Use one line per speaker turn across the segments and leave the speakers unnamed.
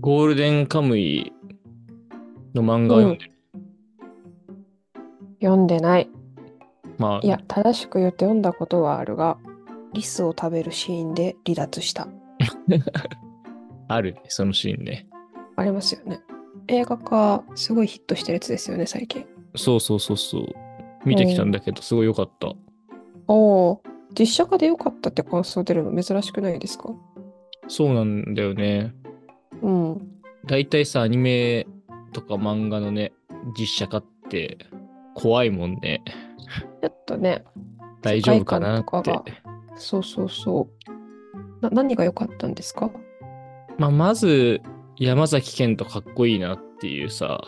ゴールデンカムイの漫画を読んでる。
読んでない。
まあ、
いや、正しく言って読んだことはあるが、リスを食べるシーンで離脱した。
あるね、そのシーンね。
ありますよね。映画化、すごいヒットしてるやつですよね、最近。
そうそうそうそう。見てきたんだけど、すごい良かった。
おお、実写化で良かったって感想出るの珍しくないですか
そうなんだよね。
うん。
大体さ、アニメとか漫画のね、実写化って怖いもんね。
ちょっとね、
大丈夫かな
世界
っ
観と
て
か。がそうそうそう。な何が良かったんですか
まあ、まず、山崎賢人かっこいいなっていうさ、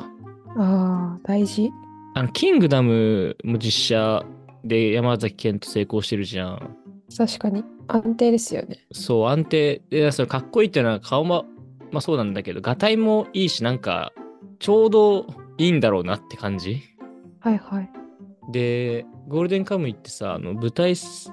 ああ、大事。
あの、キングダムも実写で山崎賢人成功してるじゃん。
確かに。安定ですよね。
そう、安定。で、そのかっこいいっていうのは顔も、まあそうなんだけど、がたいもいいし、なんか、ちょうどいいんだろうなって感じ。
はいはい。
で、ゴールデンカムイってさ、あの舞台設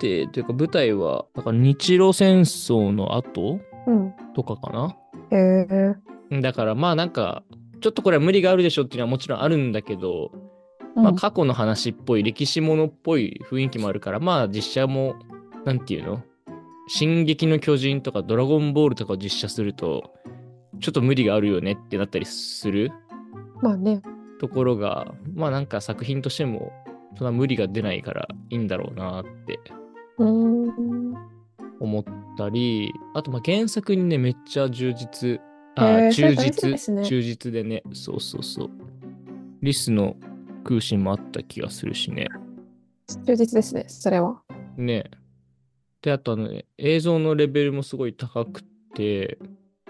定というか、舞台は、だから日露戦争の後
うん。
とかかな。
へえ。
だからまあなんか、ちょっとこれは無理があるでしょっていうのはもちろんあるんだけど、まあ、過去の話っぽい歴史ものっぽい雰囲気もあるからまあ実写もなんていうの「進撃の巨人」とか「ドラゴンボール」とかを実写するとちょっと無理があるよねってなったりする
うんまあね。
ところがまあなんか作品としてもそんな無理が出ないからいいんだろうなって
うーん。
思ったりあとまあ原作にねめっちゃ充実あー
へーそ
忠
れ大事
実、
ですね
忠実でねそうそうそうリスの空心もあった気がするしね
充実ですね、それは。
ね。で、あとあの、映像のレベルもすごい高くて、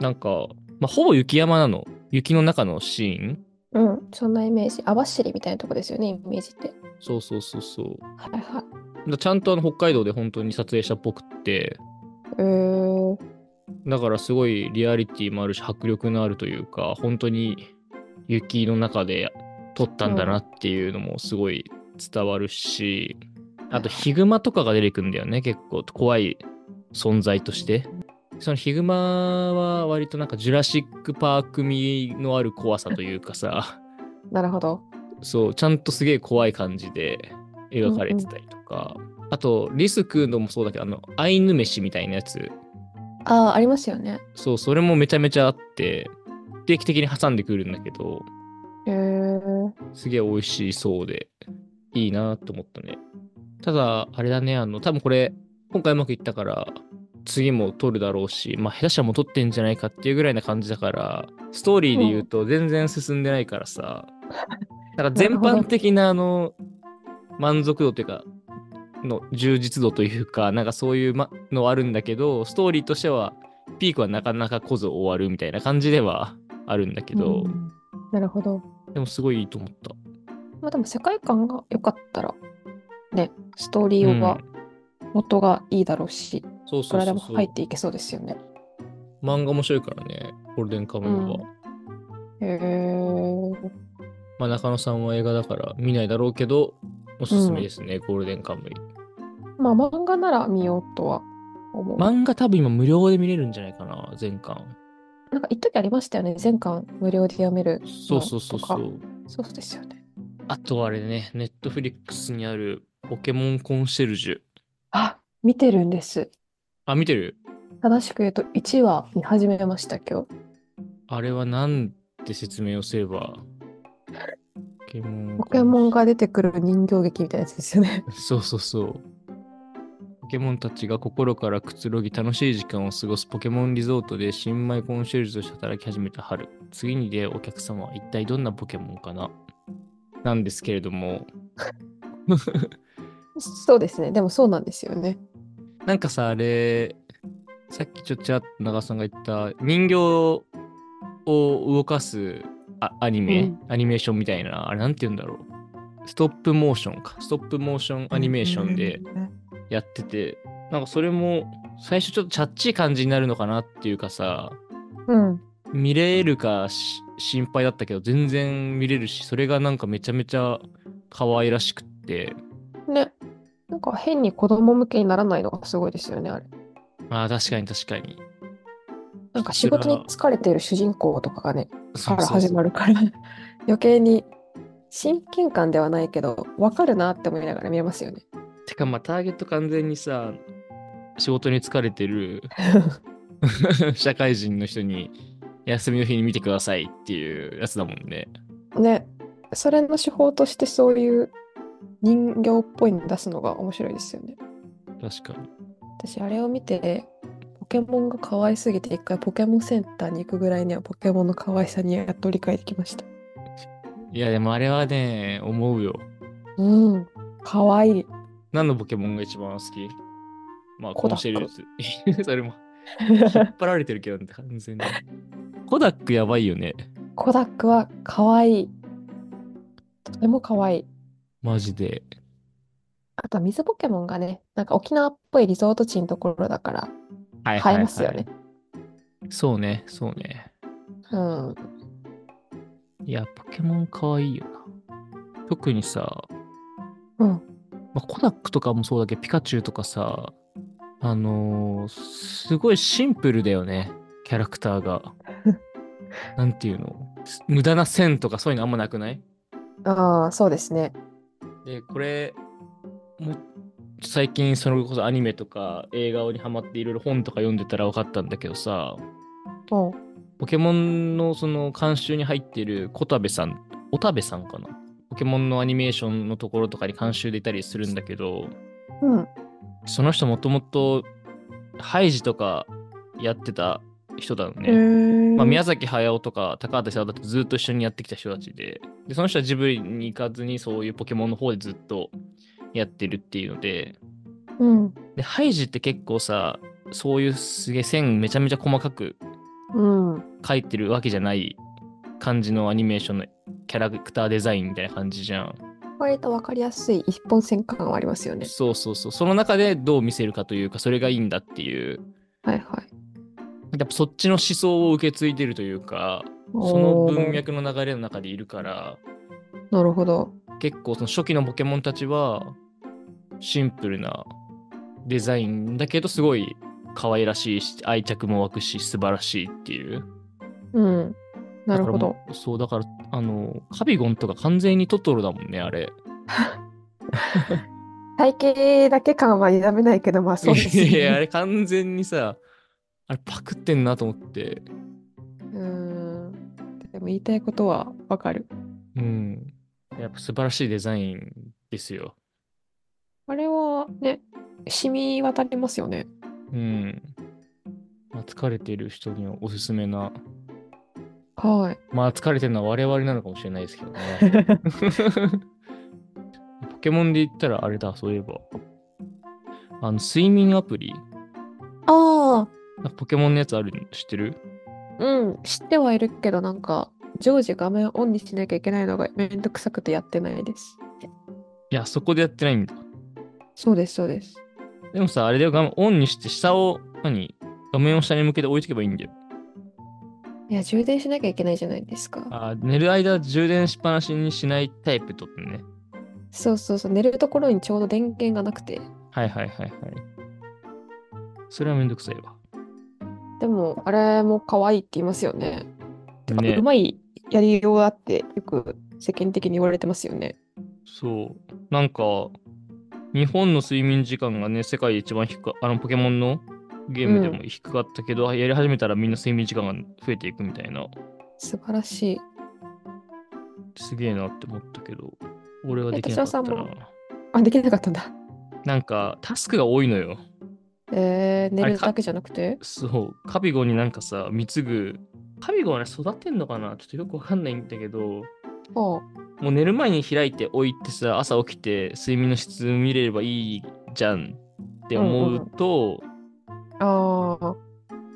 なんか、まあ、ほぼ雪山なの。雪の中のシーン。
うん、そんなイメージ。網走みたいなとこですよね、イメージって。
そうそうそうそう。
はいはい。
だからちゃんとあの北海道で本当に撮影したっぽくって、
えー、
だからすごいリアリティもあるし、迫力のあるというか、本当に雪の中で撮ったんだなっていうのもすごい伝わるし、あとヒグマとかが出てくんだよね、結構怖い存在として。そのヒグマは割となんかジュラシック・パーク味のある怖さというかさ、
なるほど。
そう、ちゃんとすげえ怖い感じで描かれてたりとか、あとリス食うのもそうだけど、あの、アイヌ飯みたいなやつ。
ああ、ありますよね。
そう、それもめちゃめちゃあって、定期的に挟んでくるんだけど、
えー、
すげえ美味しそうで、いいなと思ったね。ただ、あれだね、あの、多分これ、今回うまくいったから、次も撮るだろうし、まあ、下手したらもう撮ってんじゃないかっていうぐらいな感じだから、ストーリーで言うと全然進んでないから さ、だから全般的な、あの、満足度というか、の充実度というか、なんかそういうまのはあるんだけど、ストーリーとしては、ピークはなかなか来ず終わるみたいな感じではあるんだけど、
うんなるほど。
でもすごいいいと思った。
まあでも世界観が良かったら、ね、ストーリーは元がいいだろうし、
そうそ
こ
うそ
れで
う
も
そう
入っていけそうですよね。
漫画面白いからね、ゴールデンカムイは。
うんえー、
まあ中野さんは映画だから見ないだろうけど、おすすめですね、ゴールデンカムイ。
まあ漫画なら見ようとは思う。
漫画多分今無料で見れるんじゃないかな、全巻。
なんか一時ありましたよね、全巻無料で読める。
そうそうそうそ
と
う。
そうですよね。
あとあれね、ネットフリックスにあるポケモンコンシェルジュ。
あ、見てるんです。
あ、見てる
正しく言うと1話見始めました今日。
あれはなんて説明をすれば。ポケモン。
ポケモン。が出てくる人形劇みたいなやつですよね。
そうそうそう。ポケモンたちが心からくつろぎ楽しい時間を過ごすポケモンリゾートで新米コンシェルジュとして働き始めた春。次に出会うお客様は一体どんなポケモンかななんですけれども、
そうですね。でもそうなんですよね。
なんかさ、あれ、さっきちょっとちらっと長さんが言った人形を動かすあアニメ、
うん
アニメーションみたいな、あれなんて言うんだろう。ストップモーションか。ストップモーションアニメーションで、やっててなんかそれも最初ちょっとチャッチい感じになるのかなっていうかさ
うん。
見れるかし心配だったけど全然見れるしそれがなんかめちゃめちゃ可愛らしくって
ね。なんか変に子供向けにならないのがすごいですよね、あれ。
あー確かに確かに
なんか仕事に疲れている主人公とかがね、
そ
か
う
ら
そう
始
そう
まるから 余計に親近感ではないけど、わかるなって思いながら見えますよね。
てかまあターゲット完全にさ仕事に疲れて る社会人の人に休みの日に見てくださいっていうやつだもんね。
ね、それの手法としてそういう人形っぽいの出すのが面白いですよね。
確かに。
私あれを見てポケモンが可愛すぎて一回ポケモンセンターに行くぐらいにはポケモンの可愛さにやっと理解できました。
いやでもあれはね、思うよ。
うん、可 愛い。
何のポケモンが一番好きまあ、
コ
コ
ダック
ンシェルジュ。 それも引っ張られてるけどね、完 全に。コダックやばいよね。
コダックは可愛い。とても可愛い。
マジで。
あと水ポケモンがね、なんか沖縄っぽいリゾート地のところだから
は
映えますよね。。
そうね、そうね。
うん。
いや、ポケモンかわいいよな。特にさ、
うん。
まあ、コダックとかもそうだけど、ピカチュウとかさ、あのーすごいシンプルだよね、キャラクター が。なんていうの無駄な線とかそういうのあんまなくない
ああ、そうですね。
で、これ、も最近それこそアニメとか映画にハマっていろいろ本とか読んでたら分かったんだけどさ、
うん。
ポケモンのその監修に入っている小田部さん、小田部さんかなポケモンのアニメーションのところとかに監修でいたりするんだけど、
うん。
その人もともとハイジとかやってた人だよね。まあ、宮崎駿とか高畑さんだってずっと一緒にやってきた人たちででその人はジブリに行かずにそういうポケモンの方でずっとやってるっていうので
うん。
でハイジって結構さそういうすげえ線めちゃめちゃ細かく
うん。
描いてるわけじゃない感じのアニメーションのキャラクターデザインみたいな感じじゃん。
割とわかりやすい一本線感はありますよね。
そうそうそう。その中でどう見せるかというか、それがいいんだっていう。
はいはい。
やっぱそっちの思想を受け継いでるというか、その
おー
文脈の流れの中でいるから、
なるほど。
結構その初期のポケモンたちはシンプルなデザインだけどすごい可愛らしいし愛着も湧くし素晴らしいっていう
うん。なる
だから
ほど。
もうそうだからあのカビゴンとか完全にトトロだもんねあれ
体型だけ感は否めないけど、まあそうです よ
いやあ
ね。
れ完全にさあれパクってんなと思って
うん。でも言いたいことはわかる。
うんやっぱ素晴らしいデザインですよ
あれはね、染み渡りますよね。
うん、まあ、疲れてる人にはおすすめな
はい。
まあ疲れてるのは我々なのかもしれないですけどね。ポケモンで言ったらあれだ、そういえば。あの、睡眠アプリ。
ああ、
なんかポケモンのやつあるの知ってる
うん。知ってはいるけど、なんか、常時画面オンにしなきゃいけないのがめんどくさくてやってないです。
いや、そこでやってないんだ。
そうです、そうです。
でもさ、あれで画面オンにして下を、何画面を下に向けて置いとけばいいんだよ。
いや、充電しなきゃいけないじゃないですか。
あー寝る間充電しっぱなしにしないタイプとってね。
そうそうそう、寝るところにちょうど電源がなくて。
はいはいはいはい。それはめんどくさいわ。
でも、あれも可愛いって言いますよね。てか、
ね
うまいやりようだってよく世間的に言われてますよね。
そう。なんか、日本の睡眠時間がね、世界で一番低か、あの、ポケモンのゲームでも低かったけど、やり始めたらみんな睡眠時間が増えていくみたいな、
素晴らしい。
すげえなって思ったけど、俺はできなかった
え手
な
嶋。あ、できなかったんだ。
なんか、タスクが多いのよ。
えー、寝
あれ
る
か
だけじゃなくて
そう、カビゴになんかさ、貢ぐ、カビゴはね、育てんのかなちょっとよくわかんないんだけど、
あ
もう寝る前に開いておいてさ、朝起きて睡眠の質見れればいいじゃんって思うと、
ああー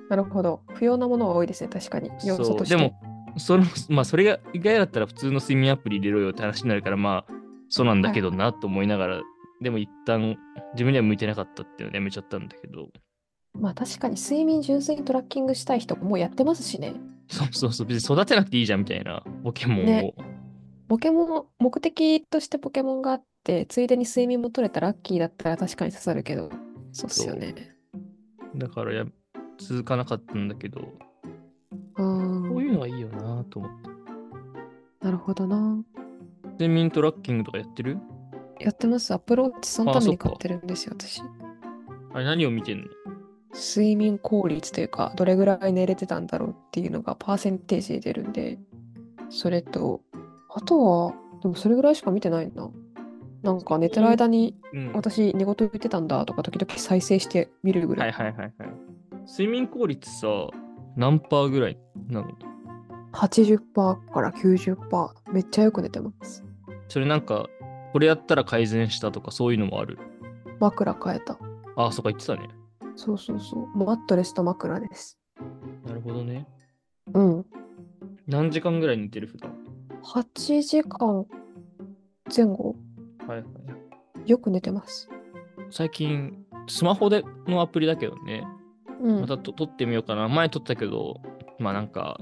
なるほど。不要なものは多いですね、確かに。要素
そう
として。
でもその まあそれが以外だったら普通の睡眠アプリ入れろよって話になるからまあそうなんだけどなと思いながら、でも一旦自分には向いてなかったっていうのをやめちゃったんだけど
まあ確かに睡眠純粋にトラッキングしたい人もうやってますしね。
そうそうそう別に育てなくていいじゃんみたいなポケモンを、
ねポケモン、目的としてポケモンがあって、ついでに睡眠も取れたラッキーだったら確かに刺さるけど、そうっすよね。
だからや続かなかったんだけど
うん
こういうのはいいよなと思って。
なるほどな。
で、ミントラッキングとかやってる
やってます。アプローチそのため
あそっ
に
か
買ってるんですよ、私。
あれ何を見てんの
睡眠効率というか、どれぐらい寝れてたんだろうっていうのがパーセンテージで出るんで、それと、あとは、でもそれぐらいしか見てないな。なんか寝てる間に
うん。はい
私寝言言ってたんだとか時々再生して見るぐら
はい
い。
はいはい。睡眠効率さ、何パーぐらいなの
80%から90%。めっちゃよく寝てます。
それなんか、これやったら改善したとかそういうのもある。
枕変えた。
ああ、そっか言ってたね。
そうそうそう。マットレスと枕です。
なるほどね。
うん。
何時間ぐらい寝てる普段
8時間前後。
はいはい。
よく寝てます。
最近、スマホでのアプリだけどね、
うん。
またと撮ってみようかな。前撮ったけど、まあなんか、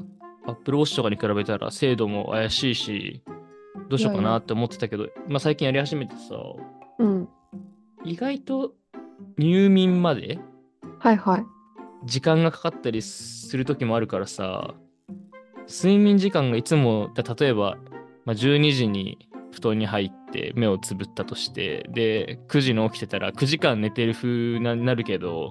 Apple Watch とかに比べたら精度も怪しいし、どうしようか
いやい
な
や
って思ってたけど、まあ最近やり始めてさ、
うん。
意外と入眠まで
はいはい。
時間がかかったりする時もあるからさ睡眠時間がいつもだ例えば、まあ、12時に布団に入って目をつぶったとしてで9時に起きてたら9時間寝てる風ななるけど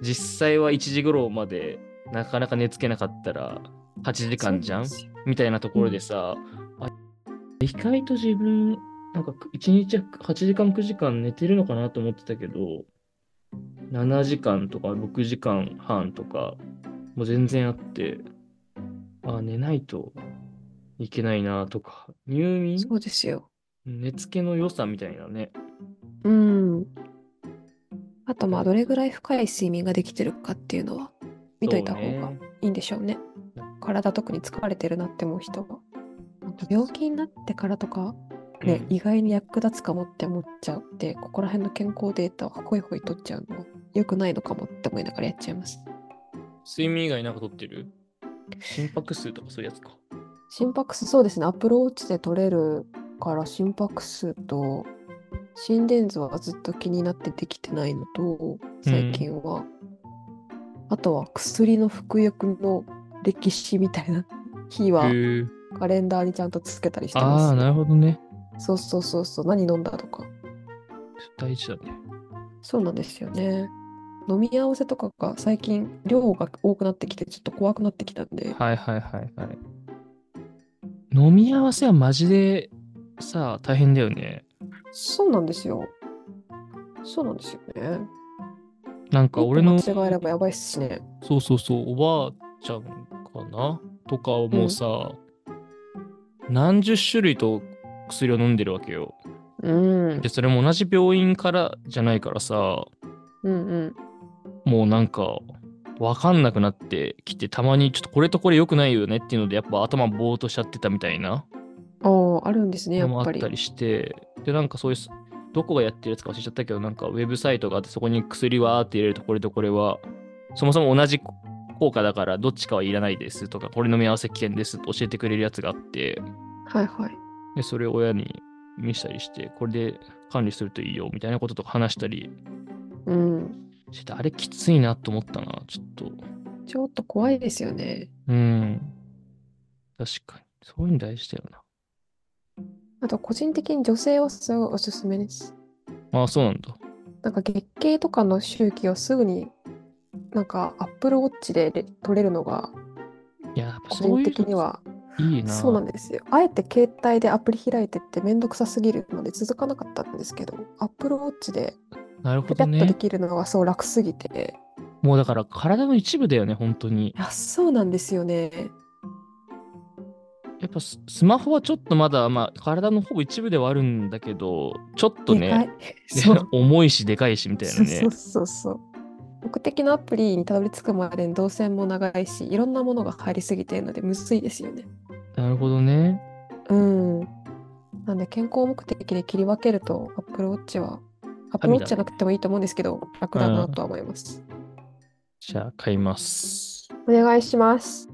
実際は1時頃までなかなか寝つけなかったら8時間じゃん
そうですよ
みたいなところでさ、あ意外と自分なんか1日8時間9時間寝てるのかなと思ってたけど7時間とか6時間半とかもう全然あってあ寝ないといけないなとか入眠
そうですよ。
寝つけの良さみたいなね
うん。あとまあどれぐらい深い睡眠ができてるかっていうのは見といた方
そう
が
ね
いいんでしょうね。体特に疲れてるなって思う人は。なんか病気になってからとか、ね、
うん
意外に役立つかもって思っちゃって、ここら辺の健康データをホイホイ取っちゃうのは良くないのかもって思いながらやっちゃいます。
睡眠以外なんかとってる心拍数とかそういうやつか
心拍数、そうですね、アプローチで取れるから心拍数と心電図はずっと気になってできてないのと、最近は、あとは薬の服薬の歴史みたいな 日は
へえ
カレンダーにちゃんとつけたりして
あ
ま
あ
す、
なるほどね
そうそうそうそう、何飲んだとか。
大事だね
そうなんですよね。飲み合わせとかが最近量が多くなってきてちょっと怖くなってきたんで、
はいはいはいはい。飲み合わせはマジでさ、大変だよね。
そうなんですよ。そうなんですよね。
なんか俺の、
一歩間違えればやばいっすしね。
そうそうそう、おばあちゃんかなとかはもうさ、何十種類と薬を飲んでるわけよ。
うん
で、。それも同じ病院からじゃないからさ、
うんうん。
もうなんか、わかんなくなってきて、たまにちょっとこれとこれ良くないよねっていうので、やっぱ頭ぼーっとしちゃってたみたいな。
ああ、あるんですね、や
のも
っ
あ
ぱ
っ
り
た。りして、で、なんかそういうす、どこがやってるやつか忘れちゃったけど、なんかウェブサイトがあって、そこに薬はーって入れると、これとこれは、そもそも同じ効果だから、どっちかはいらないですとか、これの見合わせ危険ですと教えてくれるやつがあって、
はいはい。
で、それを親に見せたりして、これで管理するといいよみたいなこととか話したり
うん。
してて、あれきついなと思ったな、ちょっと。
ちょっと怖いですよね。
うん。確かに。そういうの大事だよ
あと、個人的に女性はすごいおすすめです。
な。ああ、そうなんだ。
なんか月経とかの周期をすぐに、なんかアップルウォッチでれ取れるのが、
いや、やっぱ
個
そう
人
いう
的に
の
はい
いな。
そうなんですよ。あえて携帯でアプリ開いてってめんどくさすぎるので続かなかったんですけど、アップルウォッチで
なるほ
ペタ
ど
ッと
ね
で。きるのがそう楽すぎて、
もうだから体の一部だよね、本当に。
いや、そうなんですよね。
やっぱススマホはちょっとまだ、まあ、体のほぼ一部ではあるんだけど、ちょっと
でかい
ね、。ね
そう。
重いしでかいしみたいなね。
そうそうそうそう。目的のアプリにたどり着くまでに動線も長いし、いろんなものが入りすぎているので、むずいですよね。
なるほどね。
うん。なんで、健康目的で切り分けると、Apple Watch は、
神
Apple
だね
Watch じゃなくてもいいと思うんですけど、楽だなとは思います。
じゃあ買います。
お願いします。